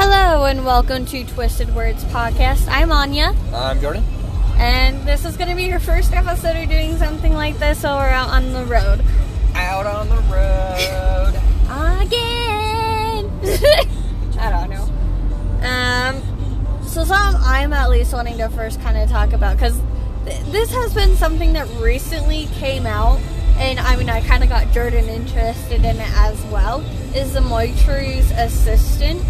and welcome to Twisted Words Podcast. I'm Anya, I'm Jordan. and this is going to be your first episode of doing something like this while we're out on the road. Out on the road. Again! I don't know. Um, so, something I'm at least wanting to first kind of talk about, because th- this has been something that recently came out, and I mean, I kind of got Jordan interested in it as well, is the Moitru's assistant.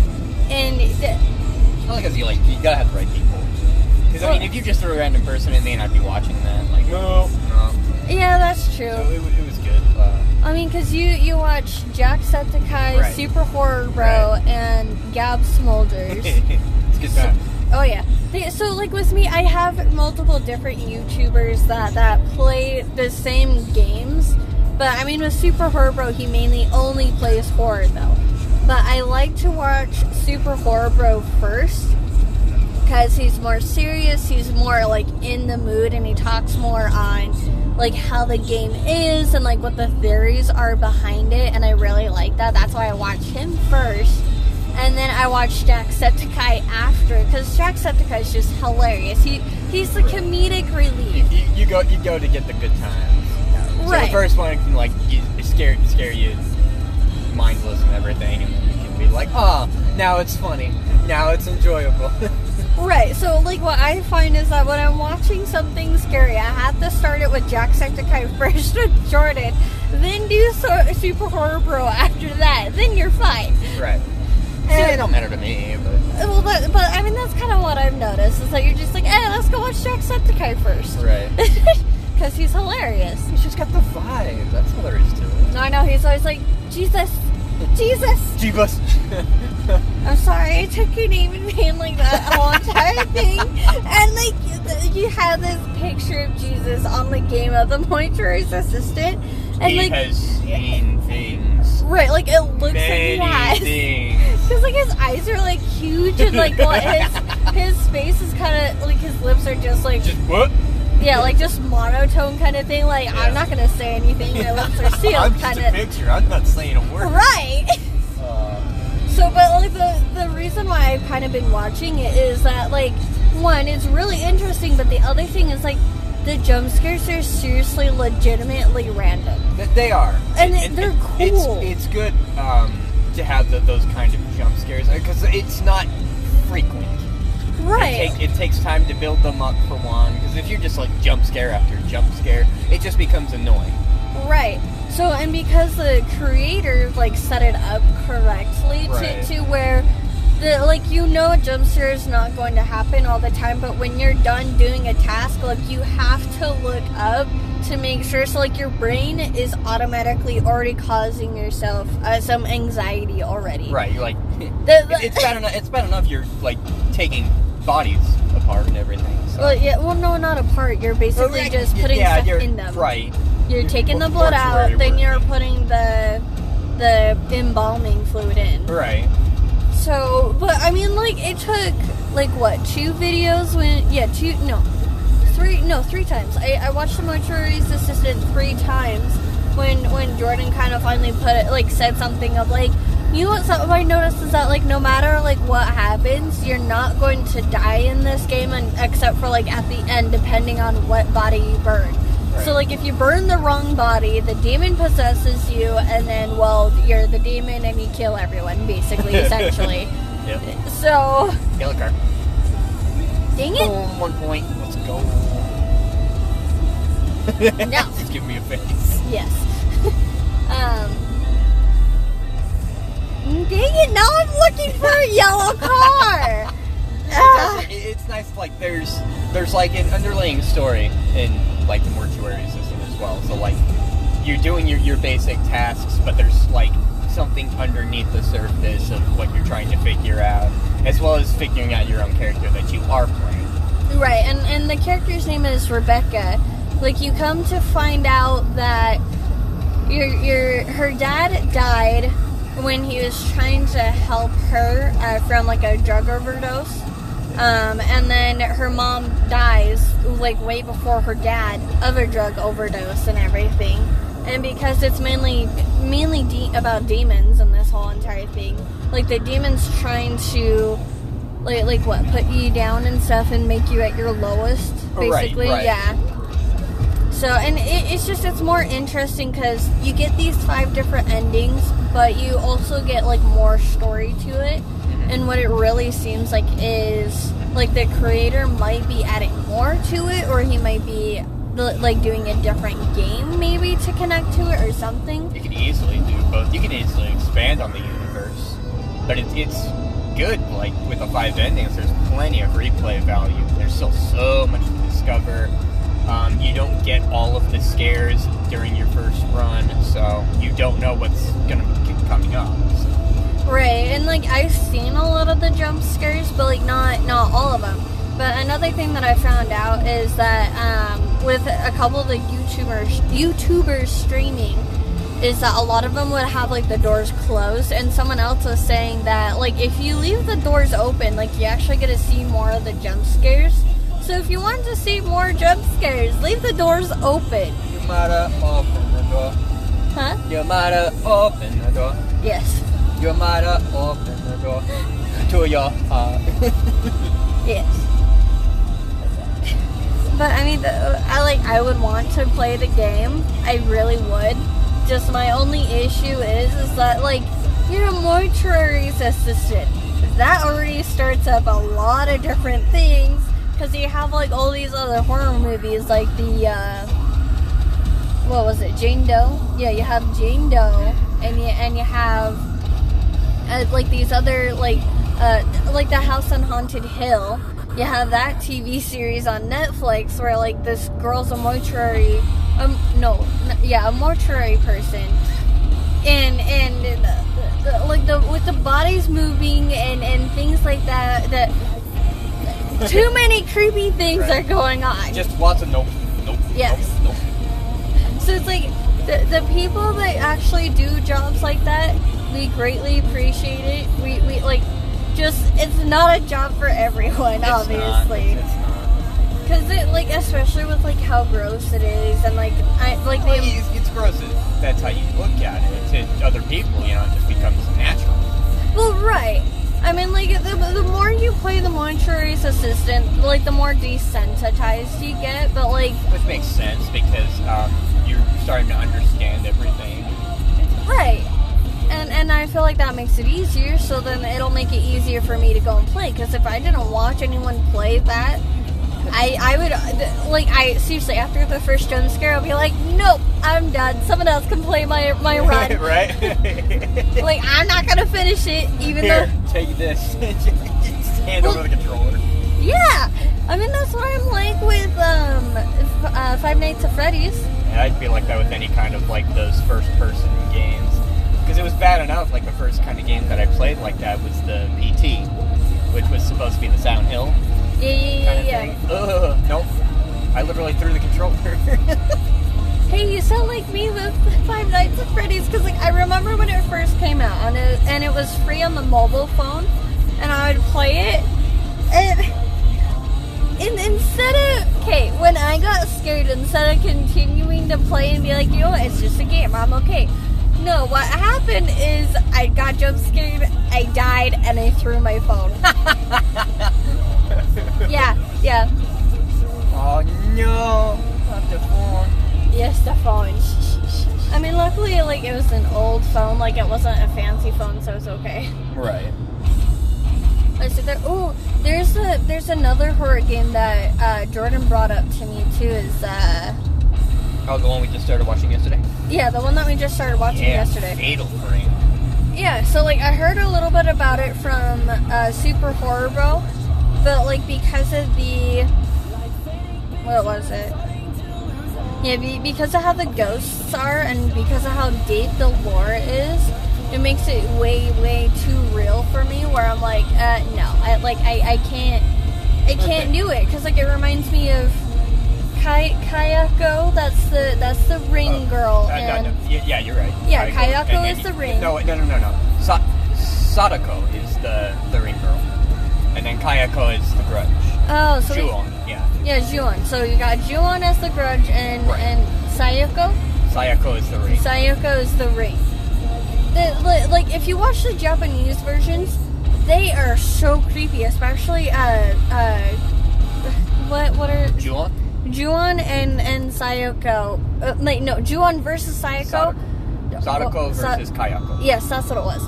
And th- It's only because you like you gotta have the right people. Because I mean, if you just threw a random person in, then I'd be watching that. Like no, no. yeah, that's true. So it, wa- it was good. Uh, I mean, because you you watch Jacksepticeye, Right. Super Horror Bro, Right. and Gab Smolders. it's a good time. oh yeah. They- So like with me, I have multiple different YouTubers that that play the same games. But I mean, with Super Horror Bro, he mainly only plays horror though. But I like to watch Super Horror Bro first because he's more serious. He's more like in the mood, and he talks more on like how the game is and like what the theories are behind it. And I really like that. That's why I watch him first, and then I watch Jacksepticeye after because Jacksepticeye is just hilarious. He he's the comedic You, relief, you, you go, you go to get the good times. So right? the first one can like you- scare, scare you, mindless and everything, and you can be like, oh, now it's funny, now it's enjoyable. Right. So, like, what I find is that when I'm watching something scary, I have to start it with Jacksepticeye first with Jordan, then do so- Super Horror Bro after that. Then you're fine. right. Yeah, it don't matter to me, but Uh, Well, but, but I mean, that's kind of what I've noticed is that you're just like, eh, let's go watch Jacksepticeye first. right. Because he's hilarious. He's just got the vibe. That's all there is to it. I know, he's always like, Jesus, Jesus. Jeebus. I'm sorry, I took your name in vain like that whole entire thing. And like th- you have this picture of Jesus on the game of the mortuary's assistant, and he like has seen things. right, like it looks Many like he has. things. Because like his eyes are like huge and like well, his his face is kind of like his lips are just like Just what? yeah like just monotone kind of thing. Like I'm Yeah. not gonna say anything. My lips are I'm sealed just kind a of picture. I'm not saying a word. right. Uh, So, but like the the reason why I've kind of been watching it is that like one, it's really interesting, but the other thing is like the jump scares are seriously legitimately random. th- they are. And it- they're cool. It's, it's good um, to have the, those kind of jump scares because it's not frequent. It, take, it takes time to build them up for one. Because if you're just like jump scare after jump scare, it just becomes annoying. Right. So, and because the creator like set it up correctly Right. to, to where the like you know a jump scare is not going to happen all the time, but when you're done doing a task, like you have to look up to make sure. So, like your brain is automatically already causing yourself uh, some anxiety already. Right? You're like, The, the, it, it's bad enough. It's bad enough. You're like taking bodies apart and everything. So. well, yeah. Well, no, not apart. You're basically Well, just yeah, putting yeah, stuff you're- in them. Right. You're Your taking the por- blood mortuary out, then work. you're putting the the embalming fluid in. Right. So, but I mean, like it took like what two videos when yeah two no three no three times. I, I watched the mortuary's assistant three times when when Jordan kind of finally put it like said something of like you know what something I noticed is that like no matter like what happens you're not going to die in this game and except for like at the end depending on what body you burn. So Right. like if you burn the wrong body, the demon possesses you, and then well you're the demon and you kill everyone basically essentially. Yep. So, Yellow car. dang Boom, it. one point. Let's go. No. Just give me a face. Yes. um. Dang it, now I'm looking for a yellow car! Ah, It- it's nice, like there's there's like an underlying story in like the mortuary system as well. So like you're doing your, your basic tasks, but there's like something underneath the surface of what you're trying to figure out, as well as figuring out your own character that you are playing. right, and, and the character's name is Rebecca. Like, you come to find out that your, your her dad died when he was trying to help her uh, from like a drug overdose. Um, and then her mom dies like way before her dad of a drug overdose and everything. And because it's mainly mainly de- about demons and this whole entire thing, like the demons trying to like like what put you down and stuff and make you at your lowest Right, basically right. yeah so and it, it's just it's more interesting because you get these five different endings but you also get like more story to it and what it really seems like is like the creator might be adding more to it or he might be like doing a different game maybe to connect to it or something You can easily do both. You can easily expand on the universe, but it, it's good. Like with the five endings, there's plenty of replay value. There's still so much to discover. Um, you don't get all of the scares during your first run, so you don't know what's gonna be coming up. So. Right, and like I've seen a lot of the jump scares, but like not not all of them. But another thing that I found out is that um, with a couple of the YouTubers YouTubers streaming, is that a lot of them would have like the doors closed, and someone else was saying that like if you leave the doors open, like you actually get to see more of the jump scares. So if you want to see more jump scares, leave the doors open, You might open the door. huh? You might open the door. Yes. You might open the door to your heart. Yes. But I mean, the- I like. I would want to play the game. I really would. Just my only issue is, is that like you're a mortuary's assistant. That already starts up a lot of different things because you have like all these other horror movies, like the uh, what was it, Jane Doe? Yeah, you have Jane Doe, and you and you have uh, like these other like uh, like the house on haunted hill you have that tv series on netflix where like this girl's a mortuary um no n- yeah a mortuary person and and the, the, like the with the bodies moving and and things like that that too many creepy things Right. are going on Just lots of nope, nope, Yes. nope, nope. so it's like the, the people that actually do jobs like that, we greatly appreciate it. We, we like just it's not a job for everyone, It's not, obviously. it's- it's not. Cause it like especially with like how gross it is and like I like Well, the, it's, it's gross. If that's how you look at it. To other people, you know, it just becomes natural. well right. I mean like the, the more you play the mortuary's assistant, like the more desensitized you get. But like Which makes sense because um, you're starting to understand everything. Right. And and I feel like that makes it easier. So then it'll make it easier for me to go and play. Because if I didn't watch anyone play that, I I would uh, like I seriously after the first jump scare I'll be like, nope, I'm done. Someone else can play my my run. right? like I'm not gonna finish it, even Here, take this. just hand Well- over the controller. though. Yeah. I mean that's what I'm like with um f- uh, Five Nights at Freddy's. And I feel like that with any kind of like those first person games. Because it was bad enough, like the first kind of game that I played like that was the PT, which was supposed to be the Sound Hill Yeah, yeah, kind yeah, of yeah. thing. Ugh, nope. I literally threw the controller. Hey, you sound like me with Five Nights at Freddy's because like I remember when it first came out and it, and it was free on the mobile phone, and I would play it, and, and instead of okay, when I got scared, instead of continuing to play and be like, you know what, it's just a game, I'm okay. No, what happened is I got jump scared, I died, and I threw my phone. yeah, yeah, Oh no, not the phone. yes, the phone. I mean, luckily, like it was an old phone, like it wasn't a fancy phone, so it's okay. Right. I sit there. Oh, there's a there's another horror game that uh, Jordan brought up to me too. Is uh, Oh, the one we just started watching yesterday. yeah, the one that we just started watching yesterday. Fatal Frame. Yeah, so like I heard a little bit about it from uh, Super Horror Bro, but like because of the what was it? Yeah, be, because of how the ghosts are and because of how deep the lore is, it makes it way way too real for me. Where I'm like, uh, no, I like I, I can't I can't do it because like it reminds me of Kai Kayako. That's the that's the ring Oh, girl. Uh, no, and- no, y- yeah, you're right. Yeah, I- Kayako and- and- is the ring. No, wait, no, no, no, no. Sa- Sadako is the the ring girl, and then Kayako is the grudge. Oh, so we- Ju-on, yeah. Yeah, Juon. So you got Juon as the grudge and Right. and Sayoko. Sayako is the ring. Sayoko is the ring. The, li- like if you watch the Japanese versions, they are so creepy, especially uh uh what what are Juon? Juon and and Sayoko? Uh, like no, Juon versus Sayoko. Sadako Oh, Sa- versus Kayako. Yes, that's what it was.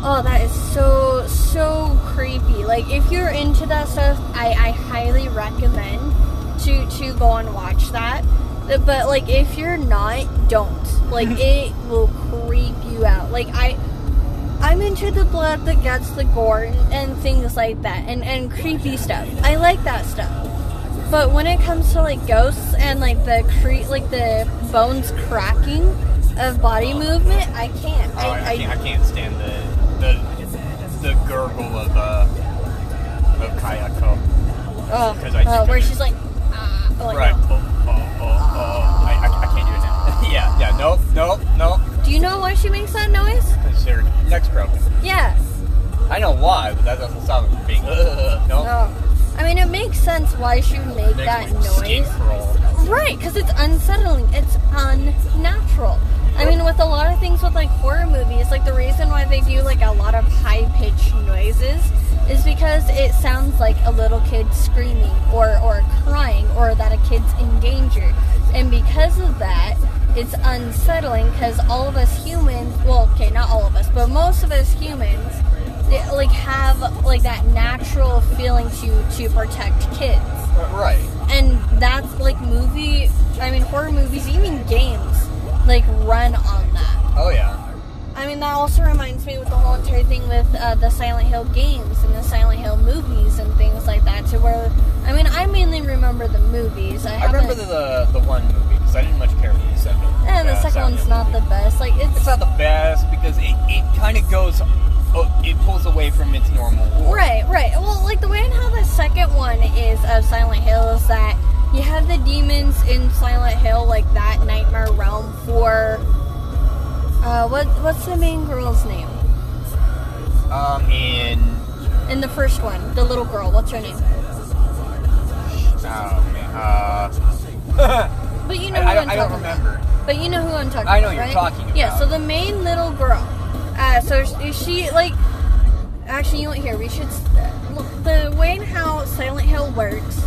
Oh, that is so so creepy. Like if you're into that stuff, I, I highly recommend to to go and watch that. But like if you're not, don't. Like it will creep you out. Like I I'm into the blood, the guts, the gore and, and things like that and, and creepy stuff. I like that stuff. But when it comes to like ghosts and like the cre- like the bones cracking of body movement, I can't. Oh, I, I, can't, I can't stand the the the gurgle of uh of Kayako. Oh, 'Cause I oh, think where I'm- she's like, ah, like, right. no. Oh, oh, oh, oh. I, I, I can't do it now. yeah, yeah. Nope, nope, nope. Do you know why she makes that noise? Because their neck's broken. Yeah. I know why, but that doesn't sound like being. Uh, no. Oh. I mean, it makes sense why she would make Makes that me skin noise. crawl. Right, because it's unsettling. It's unnatural. I mean, with a lot of things with like horror movies, like the reason why they do like a lot of high pitched noises is because it sounds like a little kid screaming or, or crying or that a kid's in danger. And because of that, it's unsettling because all of us humans, well, okay, not all of us, but most of us humans, eh, like have like that natural feeling to to protect kids Uh, Right. and that's like movie i mean horror movies even games like run on that Oh yeah. i mean that also reminds me with the whole entire thing with uh, the silent hill games and the silent hill movies and things like that to where i mean i mainly remember the movies i, I remember haven't- the the one movie because I didn't much care for the second. eh, the uh, second one's movie. not the best like it's, It's not the best because it, it kind of goes, oh, it pulls away from its normal. lore. Right, right. Well, like the way and how the second one is of Silent Hill is that you have the demons in Silent Hill, like that nightmare realm for. Uh, what what's the main girl's name Um, in in the first one? The little girl. What's her name? oh man, uh, But you know who I, I don't, I'm I don't talking about. remember. But you know who I'm talking. I know about, you're right? talking Yeah. about. So the main little girl. Uh, so she, she like. Actually, you won't hear. We should. s- Look, the way and how Silent Hill works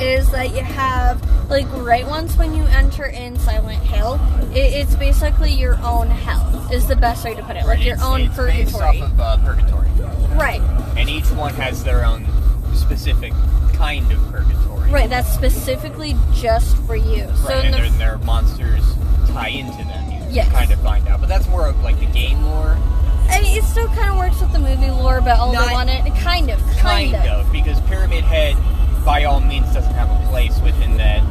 is that you have like right once when you enter in Silent Hill, it, it's basically your own hell. Is the best way to put it. Like your It's- own it's based purgatory. off of uh, purgatory, Right. and each one has their own specific kind of purgatory. Right. That's specifically just for you. So Right, in and the their, their monsters tie into them. You Yes. kind of find out, but that's more of like the game lore, I mean, it still kind of works with the movie lore, but although Not- on it, kind of, kind, kind of, because Pyramid Head, by all means, doesn't have a place within that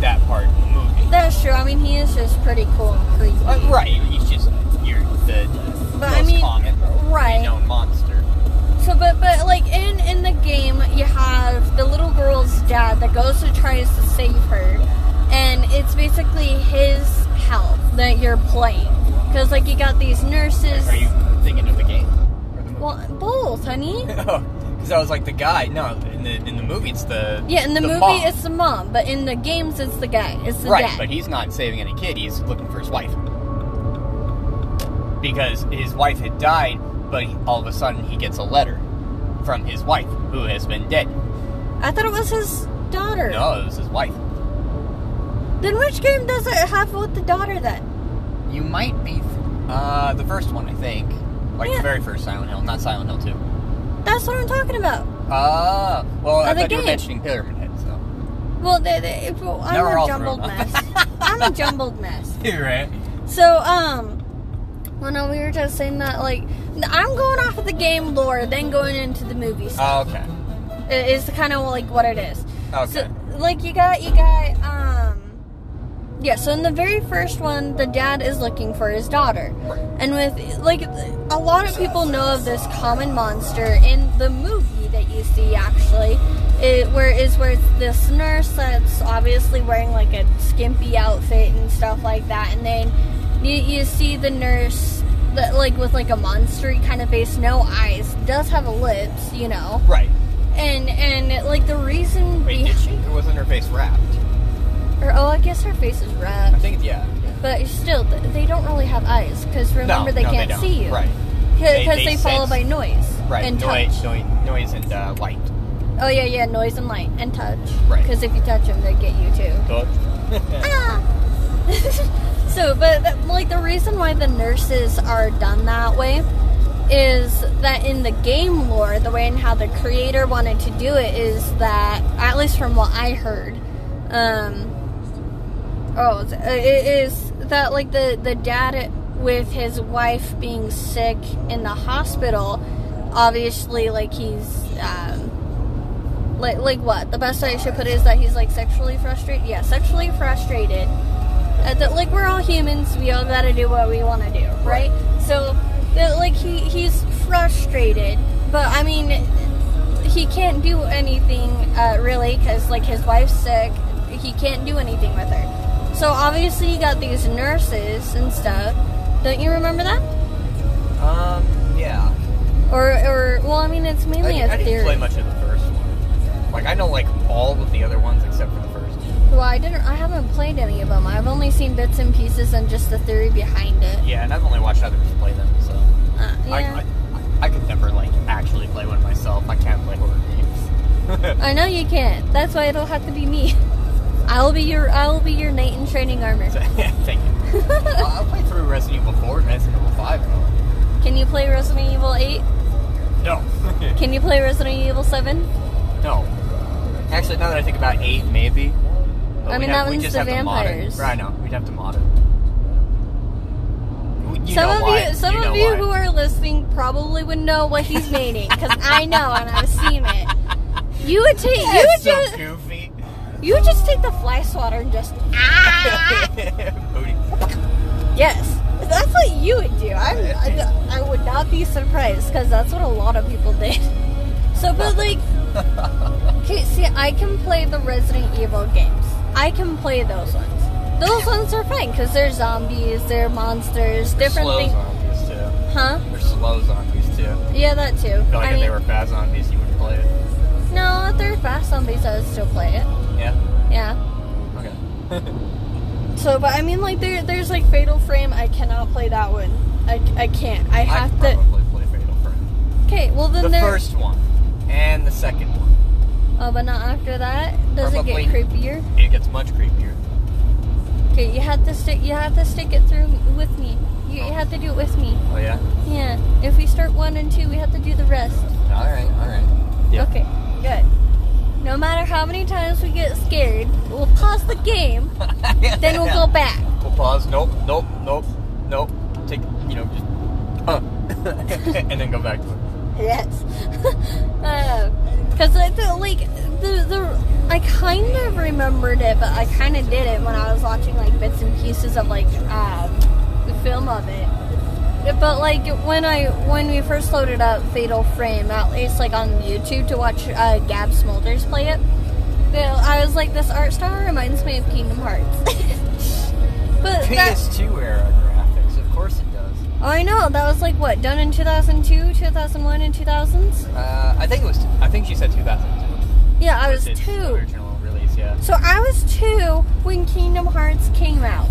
that part of the movie. That's true. I mean, he is just pretty cool and creepy. Uh, right, he's just you're the Mm-hmm. But most I mean, common right. known monster. So, but but like in in the game, you have the little girl's dad that goes and tries to save her, and it's basically his hell that you're playing because like you got these nurses. Are you thinking of the game? Well, both, honey. Because I was like the guy. No, in the in the movie, it's the Yeah, in the, movie mom. it's the mom, but in the games it's the guy. It's the right, dad. but he's not saving any kid. He's looking for his wife because his wife had died. But he- all of a sudden, he gets a letter from his wife who has been dead. I thought it was his daughter. No, it was his wife. Then which game does it have with the daughter then? You might be uh, the first one, I think, like Yeah. the very first Silent Hill, not Silent Hill Two. That's what I'm talking about. Ah, well, I Other thought you were game. mentioning Pyramid Head, so. Well, they, they, well I'm Now we're a all jumbled thrown mess. off. I'm a jumbled mess. You're right. So, um, well, no, we were just saying that, like, I'm going off of the game lore, then going into the movies. Oh, okay. It is kind of like what it is. Okay. So, like, you got, you got, um, yeah, so in the very first one, the dad is looking for his daughter. And with, like, a lot of people know of this common monster in the movie that you see, actually, it, where is where it's this nurse that's obviously wearing, like, a skimpy outfit and stuff like that. And then you, you see the nurse, that, like, with, like, a monstery kind of face, no eyes, does have lips, you know. Right. And, and like, the reason... beh- Wait, did she? Or wasn't her face wrapped? or, oh, I guess her face is wrapped. I think, yeah. But still, th- they don't really have eyes because No, remember they no, can't don't. see you Right. because They- they, they follow sense- by noise. Right. And noise, touch. noise, noise, and uh, light. Oh yeah, yeah, noise and light and touch. Right. Because if you touch them, they get you too. Ah! so, but th- like the reason why the nurses are done that way is that in the game lore, the way and how the creator wanted to do it is that, at least from what I heard, um, oh, it's- uh, it is that like the the dad with his wife being sick in the hospital. Obviously, like he's um, like like what the best way I should put it is that he's like sexually frustrated. Yeah, sexually frustrated. At the, like we're all humans, we all gotta do what we want to do, right? So, that, like he he's frustrated, but I mean, he can't do anything uh, really because like his wife's sick. He can't do anything with her. So obviously, you got these nurses and stuff. Don't you remember that? um, yeah. Or or well, I mean, it's I, mainly a I didn't theory. play much of the first one. Like I know like all of the other ones except for the first. Well, I didn't. I haven't played any of them. I've only seen bits and pieces and just the theory behind it. Yeah, and I've only watched others play them, so Uh, I, yeah. I, I could never like actually play one myself. I can't play horror games. I, know you can't. That's why it'll have to be me. I'll be your. I'll be your knight in training armor. so, yeah, thank you. I'll, I'll play through Resident Evil 4 and Resident Evil 5. though. Can you play Resident Evil Eight? No, Can you play Resident Evil Seven? no. Actually, now that I think about it, eight, maybe. But I we'd mean, have- that we'd one's just the have to mod it. vampires. Right, I know. We'd have to mod it. We- You some know of why. you, some you know of you why. who are listening probably would know what he's meaning because I know and I've seen it. You would take. You would That's so just. goofy. You would just take the fly swatter and just. Ah! Booty. Yes, that's what you would do. I'm, I, I would not be surprised because that's what a lot of people did. So, but like, okay, see, I can play the Resident Evil games. I can play those ones. Those ones are fine because they're zombies, they're monsters, different slow things, zombies too. huh? They're slow zombies too. Yeah, that too. Like I if they mean, were fast zombies, you would play it. no, if they're fast zombies. I would still play it. Yeah. Yeah. Okay. So, but I mean, like, there, there's like Fatal Frame. I cannot play that one. I, I can't. I I have could to. probably play Fatal Frame. Okay, well then The there. first one and the second one. Oh, but not after that. Does Probably. it get creepier? It gets much creepier. Okay, you have to stick. You have to stick it through with me. You, you have to do it with me. Oh yeah. Yeah. If we start one and two, we have to do the rest. All right. All right. Yeah. Okay. Good. No matter how many times we get scared, we'll pause the game. Then we'll go back. We'll pause. Nope. Nope. Nope. Nope. Take you know just uh, and then go back to it. Yes. Because I feel like the the I kind of remembered it, but I kind of did it when I was watching like bits and pieces of like um, the film of it. But like when I when we first loaded up Fatal Frame, at least like on YouTube to watch uh, Gab Smulders play it, the- I was like, this art style reminds me of Kingdom Hearts. but that, PS2 era graphics. Of course it does. I know that was like what done in two thousand two, two thousand one, and two thousands. Uh, I think it was. I think she said 2002. Yeah, I was its two. Original release. Yeah. So I was two when Kingdom Hearts came out.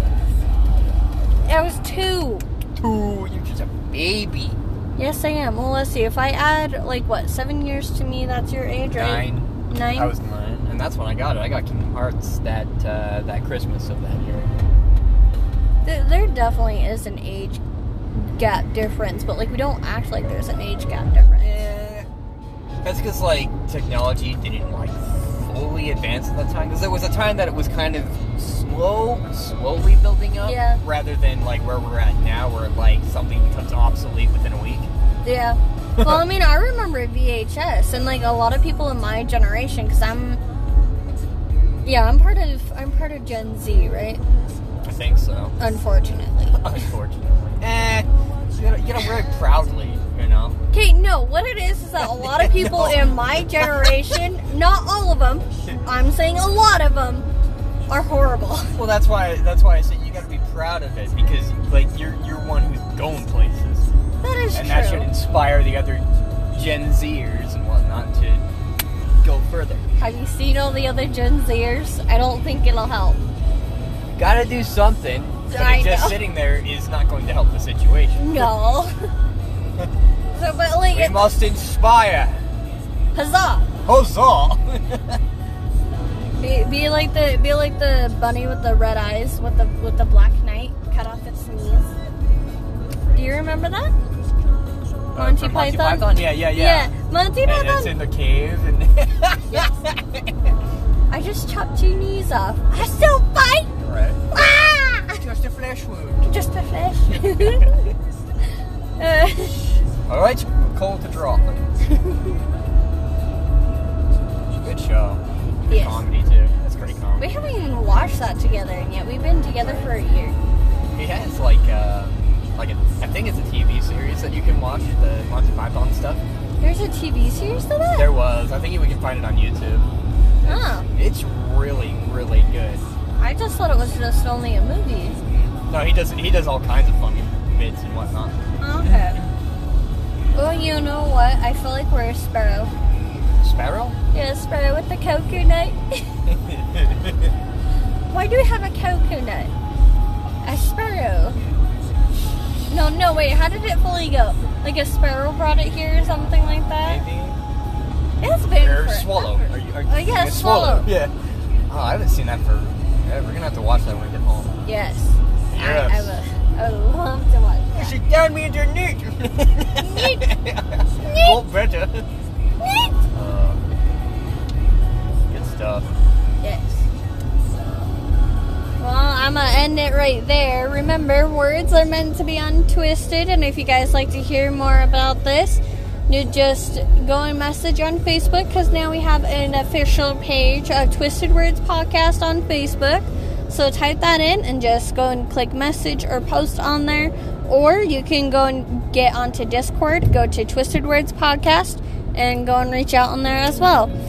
I was two. Two. You're just a baby. Yes, I am. Well, let's see. If I add like what seven years to me, that's your age, right? Nine. Nine. Nine. I was nine, and that's when I got it. I got Kingdom Hearts that uh, that Christmas of that year. There, there definitely is an age gap difference, but like we don't act like there's an age gap difference. Eh. Yeah, that's because like technology didn't like fully advance at that time. Because there was a time that it was kind of slow, slowly building up, Yeah. rather than like where we're at now, where like something becomes obsolete within a week. Yeah. Well, I mean, I remember VHS, and like a lot of people in my generation, because I'm, yeah, I'm part of I'm part of Gen Z, right? I think so. Unfortunately. Unfortunately, eh, you gotta, you gotta wear it proudly, you know. Okay, no, what it is is that a lot of people No. in my generation, not all of them, I'm saying a lot of them, are horrible. Well, that's why that's why I said you gotta be proud of it because like you're you're one who's going places. That is true. and that should inspire the other Gen Zers and whatnot to go further. Have you seen all the other Gen Zers? I don't think it'll help. Gotta do something, but I just know. sitting there is not going to help the situation. No. So, but like, We it, must inspire. huzzah! Huzzah! Be, be like the be like the bunny with the red eyes with the with the black knight cut off its knees. Do you remember that? Monty from Monty Python? Python? Yeah, yeah, Uh, yeah. Monty And it's Python. in the cave. And I just chopped two knees off. I still fight. right. Ah! Just a flesh wound. Just a fish. uh, All right, call to draw. It's a good show. Good Yes. comedy too. That's pretty we comedy. haven't even watched that together, and yet we've been together for a year. He has like uh, like a, I think it's a TV series that you can watch the Monty Python stuff. There's a TV series to that. There was. I think you can find it on YouTube. Oh. It's really, really good. I just thought it was just only a movie. No, he does. He does all kinds of funny bits and whatnot. Okay. Well, you know what? I feel like we're a sparrow. Sparrow. Yeah, a sparrow with a coconut. Why do we have a coconut? A sparrow. No, no, wait. How did it fully go? Like a sparrow brought it here or something like that? Maybe. It's been Or forever. swallow. Are you, are you Oh, yeah, thinking swallow. Yeah. Oh, I haven't seen that for. Yeah, we're gonna have to watch that when we get home. Yes. I, I Yes. will. I would love to watch that. Sit down, me and your neat. Well, better. Neat. Uh, good stuff. Yes. Well, I'm going to end it right there. Remember, words are meant to be untwisted. And if you guys like to hear more about this, you just go and message on Facebook because now we have an official page of Twisted Words Podcast on Facebook. So type that in and just go and click message or post on there. Or you can go and get onto Discord, go to Twisted Words Podcast, and go and reach out on there as well.